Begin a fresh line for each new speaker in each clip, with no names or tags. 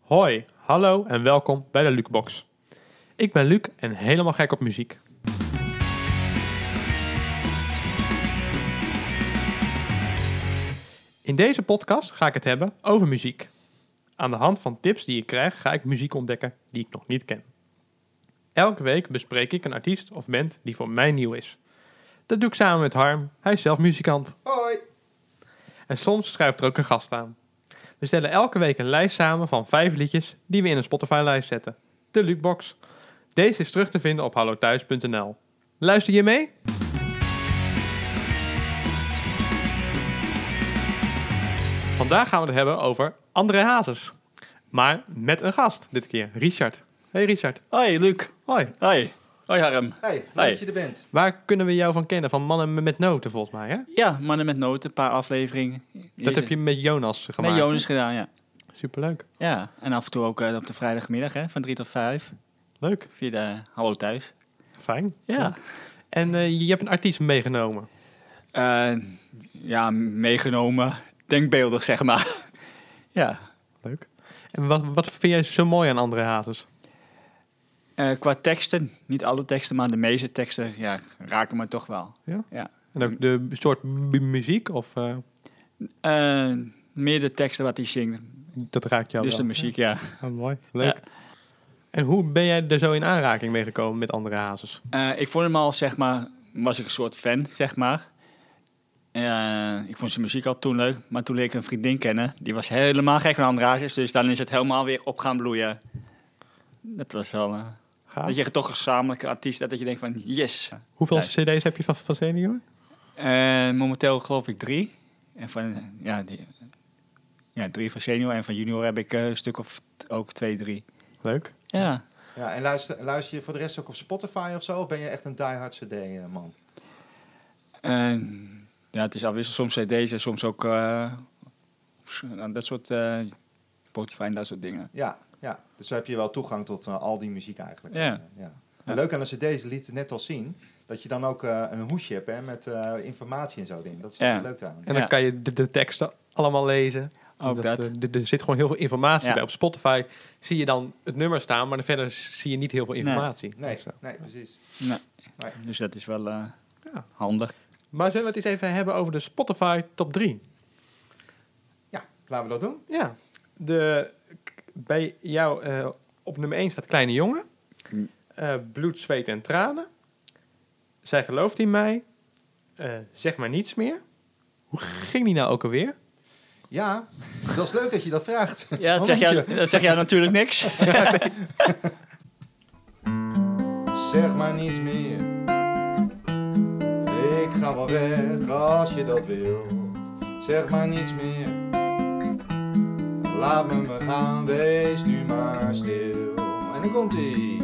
Hoi, hallo en welkom bij de Lucbox. Ik ben Luc en helemaal gek op muziek. In deze podcast ga ik het hebben over muziek. Aan de hand van tips die ik krijg, ga ik muziek ontdekken die ik nog niet ken. Elke week bespreek ik een artiest of band die voor mij nieuw is. Dat doe ik samen met Harm, hij is zelf muzikant.
Hoi.
En soms schuift er ook een gast aan. We stellen elke week een lijst samen van vijf liedjes die we in een Spotify-lijst zetten. De Lukebox. Deze is terug te vinden op hallothuis.nl. Luister je mee? Vandaag gaan we het hebben over André Hazes. Maar met een gast dit keer, Richard. Hey Richard.
Hoi Luc.
Hoi.
Hoi. Hoi Harm.
Hey, leuk
Hey.
dat je er bent.
Waar kunnen we jou van kennen? Van Mannen met Noten volgens mij, hè?
Ja, Mannen met Noten, een paar afleveringen.
Dat heb je met Jonas gemaakt.
met Jonas gedaan, ja.
Superleuk.
Ja, en af en toe ook eh, op de vrijdagmiddag hè, van 3 tot 5
Leuk.
via de Hallo Thuis.
Fijn.
Ja,
En eh, je hebt een artiest meegenomen.
Eh, ja meegenomen, denkbeeldig zeg maar. ja,
Leuk. En wat, wat vind jij zo mooi aan André Hazes?
Eh, qua teksten, niet alle teksten, maar de meeste teksten ja, raken me toch wel.
En ook de soort mu- muziek? Of eh,
Eh, meer de teksten wat hij zingt,
dat raakt jou
dus de
wel?
muziek, ja.
Ja, Ah, mooi. Leuk. En hoe ben jij er zo in aanraking mee gekomen met André Hazes?
Eh, ik vond hem al, zeg maar, was ik een soort fan, zeg maar. Eh, ik vond zijn muziek al toen leuk, maar toen leerde ik een vriendin kennen. Die was helemaal gek van André Hazes, dus dan is het helemaal weer op gaan bloeien. Dat was wel... eh,
Gaaf.
dat je toch een gezamenlijke artiest hebt, dat je denkt van, yes.
Hoeveel
Nee.
cd's heb je van, van Senior?
Eh, momenteel geloof ik drie. En van, ja, die, ja, drie van senior en van junior heb ik eh, een stuk of t- ook twee, drie.
Leuk.
Ja.
Ja, en luister, luister je voor de rest ook op Spotify of zo? Of ben je echt een diehard CD-man?
Eh, ja, het is afwissel. Soms cd's en soms ook eh, nou, dat soort eh Spotify en dat soort dingen.
Ja, ja, dus zo heb je wel toegang tot eh, al die muziek eigenlijk.
Ja.
Eh, En Leuk aan de CD is, liet het net al zien, dat je dan ook eh, een hoesje hebt hè, met eh, informatie en zo dingen. Dat is
Ja.
natuurlijk leuk daaraan.
En dan
Ja.
kan je de, de teksten allemaal lezen.
Ook dat.
eh, d- Er zit gewoon heel veel informatie
Ja.
bij. Op Spotify zie je dan het nummer staan, maar verder zie je niet heel veel informatie.
Nee,
Dus, eh,
nee, precies.
Dus dat is wel eh,
Ja.
handig.
Maar zullen we het eens even hebben over de Spotify top 3?
Ja, laten we dat doen.
Ja. De, k- bij jou eh, op nummer 1 staat Kleine Jongen.
Hm.
Eh, bloed, zweet en tranen. Zij gelooft in mij. Eh, zeg maar niets meer. Hoe ging die nou ook alweer?
Ja, dat is leuk dat je dat vraagt.
Ja, dat
Want
zeg,
moet
jij, dat zeg jij natuurlijk niks.
Zeg maar niets meer. Ik ga wel weg als je dat wilt. Zeg maar niets meer. Laat me me gaan, wees nu maar stil. En dan komt ie.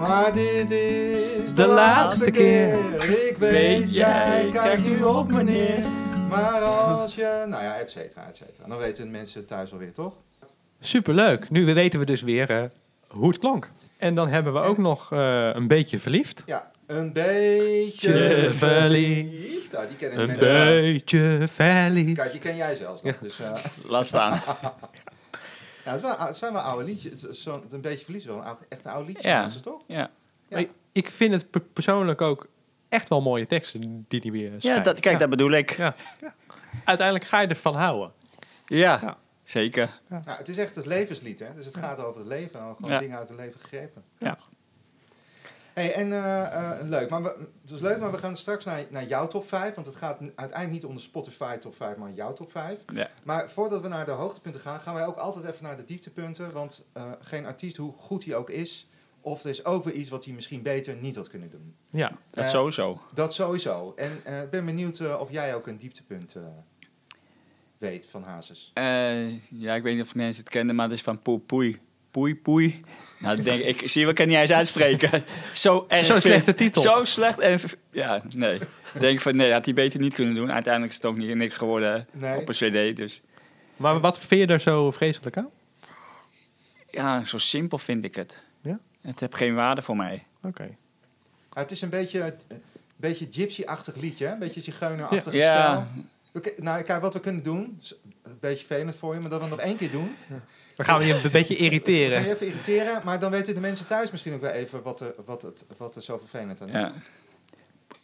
Maar dit is de, laatste keer. Ik weet,
Weet
jij
jij,
kijkt
kijk
nu
nu
op
op
me
me
neer. Maar als je... Nou ja, et cetera, et cetera. Dan weten de mensen thuis alweer, toch?
Superleuk. Nu weten we dus weer eh, hoe het klonk. En dan hebben we ook nog eh, een beetje verliefd.
Ja, een beetje
Je verliefd.
verliefd. Nou, die kennen de
Een
mensen wel.
beetje verliefd.
Kijk, die ken jij zelfs nog. Dus, eh,
Laat staan.
ja, het, is wel- het zijn wel oude liedjes. Het is zo'n- een beetje verlies wel. Een oude- echt een oude liedje
Ja.
van ze, toch?
Ja.
Ja.
Ik- Ik vind het pe- persoonlijk ook echt wel mooie teksten die die weer schrijft.
Ja, dat, kijk, dat bedoel ik.
Ja. Uiteindelijk ga je ervan houden.
Ja,
Ja.
zeker.
Nou, het is echt het levenslied, hè? Dus het gaat over het leven. en Gewoon
Ja.
dingen uit het leven gegrepen.
Ja.
hey, en eh, eh, leuk. Maar we, het is leuk, maar we gaan straks naar, naar jouw top 5. Want het gaat n- uiteindelijk niet om de Spotify top 5, maar jouw top 5.
Ja.
Maar voordat we naar de hoogtepunten gaan, gaan wij ook altijd even naar de dieptepunten. Want eh, geen artiest, hoe goed hij ook is, of er is ook weer iets wat hij misschien beter niet had kunnen doen.
Ja.
Dat
Eh,
sowieso.
Dat sowieso. En eh, ik ben benieuwd eh, of jij ook een dieptepunt eh, weet van Hazes.
Eh, ja, ik weet niet of mensen het kennen, maar het is van poe, poei. Poei, poei. Nou, ik denk ik, zie, we kan niet eens uitspreken. Zo erg.
Zo'n
vind-
slechte titel.
Zo slecht. En, v- ja, nee. Ik denk van, nee, had hij beter niet kunnen doen. Uiteindelijk is het ook niet, niks geworden
Nee.
op een cd. Dus
Maar wat vind je er zo vreselijk aan?
ja, zo simpel vind ik het.
Ja?
Het heeft geen waarde voor mij.
Oké.
Ah, het is een beetje, een beetje gypsy-achtig liedje, hè? een beetje zigeunerachtig
Ja.
stijl. Oké, nou, kijk, wat we kunnen doen. S- een beetje velend voor je, maar dat we nog één keer doen.
We gaan je een beetje irriteren.
Ga je even irriteren, maar dan weten de mensen thuis misschien ook wel even wat er, wat het, wat er zo vervelend aan is.
Ja.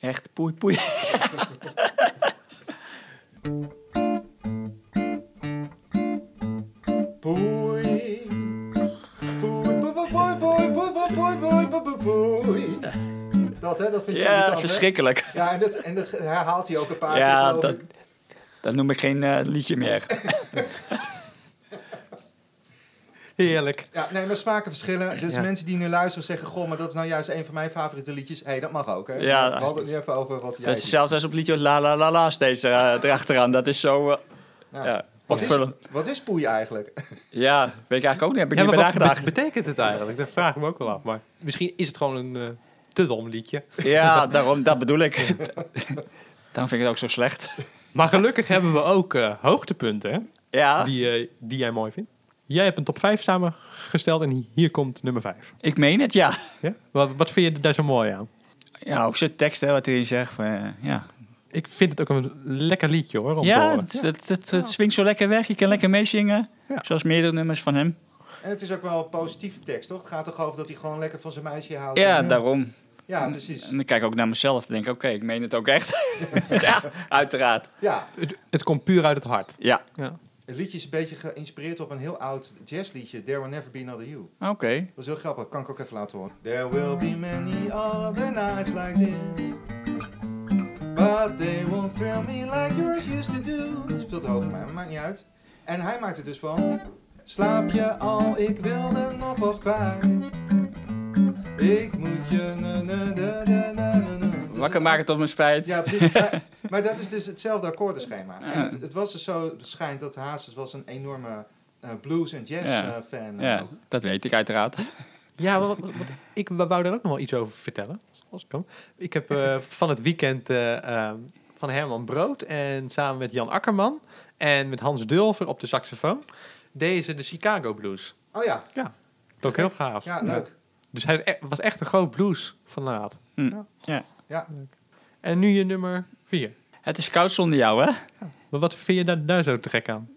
Echt poei poei.
Boei. Boei, boei, boei, boei, boei, boei, boei, boei, boei, boei, boei, boei. Dat hè, dat vind je
Ja,
irritant, hè?
verschrikkelijk.
Ja, en dat, en dat herhaalt hij ook een paar keer.
Ja,
geloof
dat,
ik.
dat noem ik geen eh, liedje meer.
Heerlijk.
ja, nee, maar smaken verschillen. Dus
Ja.
mensen die nu luisteren zeggen: Goh, maar dat is nou juist een van mijn favoriete liedjes. Hé, hey, dat mag ook. Hè?
Ja.
We hadden het nu even over wat jij.
Dat is
ziet.
zelfs als op liedje La La La La steeds eh, erachteraan. Dat is zo... eh,
Ja.
ja.
Wat is,
opvullen.
wat is poei eigenlijk?
Ja, weet ik eigenlijk ook niet. Heb ik
Ja,
niet
maar
bij
wat
nagedacht.
bet- betekent het eigenlijk? Dat vraag ik me ook wel af. Maar misschien is het gewoon een eh, te dom liedje.
Ja, daarom, dat bedoel ik. Daarom vind ik het ook zo slecht.
Maar gelukkig hebben we ook eh, hoogtepunten hè,
Ja,
die, eh, die jij mooi vindt. Jij hebt een top 5 samengesteld en hier komt nummer 5.
ik meen het, ja.
Ja? Wat, wat vind je daar zo mooi aan?
Ja, ook zo'n tekst, hè, wat hij zegt. van, eh, ja,
Ik vind het ook een lekker liedje hoor. Om te
ja
horen.
het, eh, het, het, het swingt zo lekker weg. Je kan lekker meezingen.
Ja.
Zoals meerdere nummers van hem.
En het is ook wel een positieve tekst, toch? Het gaat toch over dat hij gewoon lekker van zijn meisje houdt.
Ja,
En, eh,
daarom.
ja precies.
En dan kijk ik ook naar mezelf en denk oké, ik meen het ook echt. ja, uiteraard.
Ja,
het, het komt puur uit het hart.
Ja,
het liedje is een beetje geïnspireerd op een heel oud jazzliedje, There Will Never Be Another You.
oké.
Dat is heel grappig, kan ik ook even laten horen. There will be many other nights like this. But they won't thrill me like yours used to do. Dat is veel te hoog voor mij, maar maakt niet uit. En hij maakt er dus van. Slaap je al, ik wilde nog wat kwijt. Ik moet je... na, na, na, na, na, na, na. Dus
Wakker
het-
maken tot mijn spijt.
Ja, precies. maar, maar dat is dus hetzelfde akkoordenschema. En het, het was dus zo, het schijnt dat Hazes was een enorme eh, blues- en eh,
Ja.
jazz-fan.
Ja, dat weet ik uiteraard.
Ja, wat, wat- wat- ik wou daar ook nog wel iets over vertellen. Als ik, kan. ik heb eh, van het weekend eh, ehm, van Herman Brood en samen met Jan Akkerman en met Hans Dulver op de saxofoon deze de Chicago Blues.
Oh ja,
Dat is ook heel gaaf.
ja, leuk.
Dus hij is e- was echt een groot blues fanaat.
Hm.
Ja.
Ja.
Ja.
En nu je nummer vier.
Het is koud zonder jou, hè?
Maar wat vind je daar, daar zo te gek aan?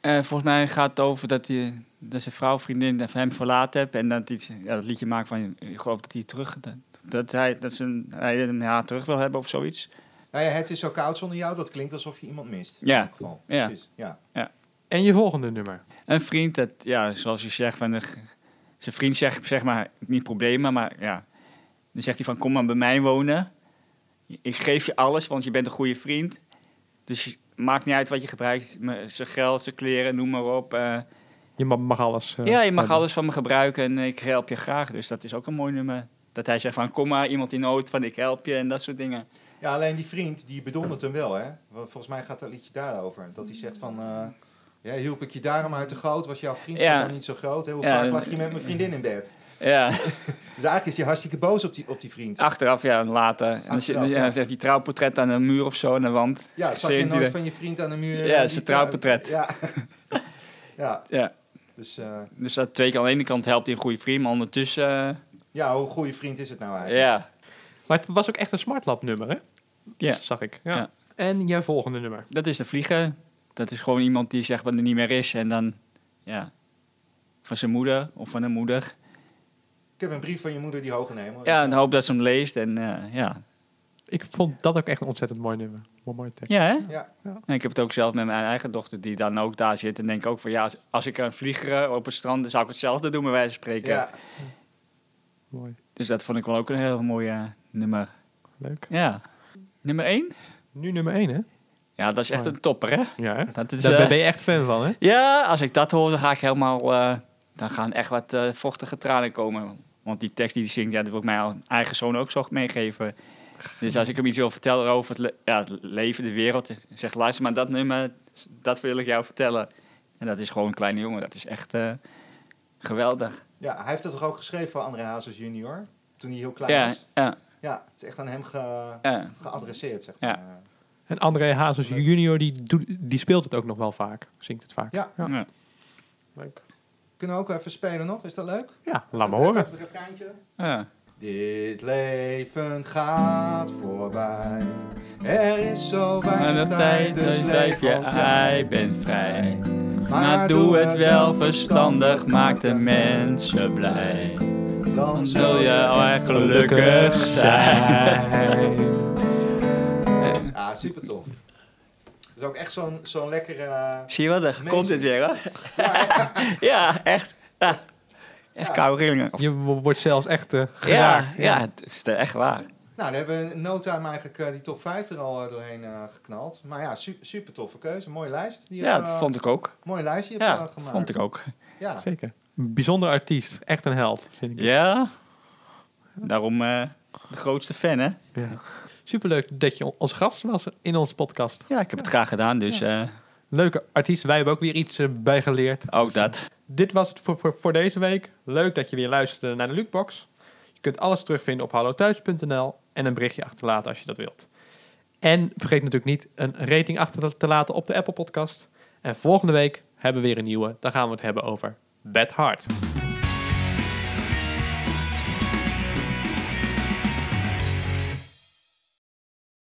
Eh, volgens mij gaat het over dat, hij, dat zijn vrouw, vriendin van hem verlaten heeft. En dat hij ja, dat liedje maakt van, ik geloof dat hij terug... Dat, dat hij, dat zijn, hij hem ja, terug wil hebben of zoiets.
Nou ja, het is zo koud zonder jou, dat klinkt alsof je iemand mist.
Ja.
In elk geval.
Ja.
Precies. ja.
En je volgende nummer.
Een vriend, dat, ja, zoals je zegt, van de, g- zijn vriend zegt, zeg maar, niet problemen, maar ja. Dan zegt hij van, kom maar bij mij wonen. Ik geef je alles, want je bent een goede vriend. Dus je- maakt niet uit wat je gebruikt. me- Zijn geld, zijn kleren, noem maar op. eh.
Je ma- mag alles. eh,
ja, je mag
hebben.
alles van me gebruiken en ik help je graag. Dus dat is ook een mooi nummer. Dat hij zegt van, kom maar, iemand in nood, van ik help je en dat soort dingen.
ja, alleen die vriend, die bedondert hem wel, hè. Want volgens mij gaat dat liedje daarover. Dat hij zegt van, eh, ja, hielp ik je daarom uit de goot, was jouw vriendschap
Ja.
dan niet zo groot. Hè? Hoe
Ja,
vaak
dat-
lag je met mijn vriendin in bed?
Ja,
Dus eigenlijk is hij hartstikke boos op die, op die vriend.
achteraf, ja, later. En dan zit-
Achteraf, ja.
ja, heeft die trouwportret aan een muur of zo, aan de wand.
ja, zag je
Zin die
nooit
er-
van je vriend aan de muur?
Ja,
eh, die
zijn trouwportret.
Ja. ja,
Ja.
dus eh,
Dus dat twee keer aan de ene kant helpt hij een goede vriend, maar ondertussen... eh,
ja, hoe goede vriend is het nou eigenlijk?
ja.
Maar het was ook echt een smartlab nummer, hè?
Ja.
Dat zag ik. Ja.
Ja.
En je volgende nummer.
dat is de vlieger. Dat is gewoon iemand die zeg maar er niet meer is. En dan, ja, van zijn moeder of van een moeder.
Ik heb een brief van je moeder die hoger nemen.
Oh, Ja, nou, en hoop dat ze hem leest. En eh, ja,
Ik vond dat ook echt een ontzettend mooi nummer. Mooi, mooi tekst.
ja hè?
Ja.
En ik heb het ook zelf met mijn eigen dochter die dan ook daar zit. En denk ook van, ja, als, als ik een vlieger eh, op het strand, dan zou ik hetzelfde doen bij wijze van spreken.
ja.
Mooi.
Dus dat vond ik wel ook een heel mooi eh, nummer.
Leuk.
Ja. Nummer één?
Nu nummer 1, hè? Dus,
Ja, dat is echt
Mooi.
een topper, hè?
Ja, hè?
Dat is,
Daar
eh,
ben je echt fan van, hè?
Ja, als ik dat hoor, dan ga ik helemaal... eh, dan gaan echt wat eh, vochtige tranen komen. Want die tekst die hij zingt, ja, dat wil ik mijn eigen zoon ook zo meegeven. Dus als ik hem iets wil vertellen over het, le- ja, het leven, de wereld... ik zeg, luister maar dat nummer, dat wil ik jou vertellen. En dat is gewoon een kleine jongen. Dat is echt eh, geweldig.
ja, hij heeft dat toch ook geschreven voor André Hazes junior? Toen hij heel klein
Ja,
was.
ja,
Ja, het is echt aan hem ge-
ja.
geadresseerd, zeg
Ja.
maar. Ja.
En André Hazes junior, die, doet- die speelt het ook nog wel vaak. Zingt het vaak.
Ja.
ja.
Ja.
Leuk.
Kunnen we ook even spelen nog? Is dat leuk?
Ja, laat maar
Even
horen.
Even het refreintje.
ja.
Dit leven gaat voorbij. Er is zo weinig tijd, dus leef
je,
je
jij bent vrij. Maar doe het wel verstandig, maak de mensen blij. Dan zul je
Oh,
al echt gelukkig zijn.
Ja, super tof. Dat is ook echt zo'n zo'n lekkere... eh,
Zie je wel, daar komt dit weer hoor.
Ja,
Ja, echt. Ja. Echt
Ja.
koude rillingen.
Je wo- wordt zelfs echt eh, geraakt.
Ja, ja, het is eh, echt waar.
nou, we hebben in no time eigenlijk eh, die top 5 er al eh, doorheen eh, geknald. Maar ja, su- super toffe keuze. Mooie lijst. Die je
Ja,
hebt, eh,
dat vond ik ook.
Mooi lijstje heb je
Ja,
eh, gemaakt.
vond ik ook.
Ja.
Zeker. Een bijzonder artiest. Echt een held, vind ik.
Ja, daarom eh, de grootste fan hè.
Ja. Superleuk dat je als gast was in onze podcast.
Ja, ik heb het graag gedaan, dus eh,
Leuke artiest. Wij hebben ook weer iets eh, bij geleerd.
ook dat.
Dit was het voor, voor, voor deze week. Leuk dat je weer luisterde naar de Lukebox. Je kunt alles terugvinden op hallothuis.nl en een berichtje achterlaten als je dat wilt. En vergeet natuurlijk niet een rating achter te laten op de Apple Podcast. En volgende week hebben we weer een nieuwe. Dan gaan we het hebben over Bad Heart.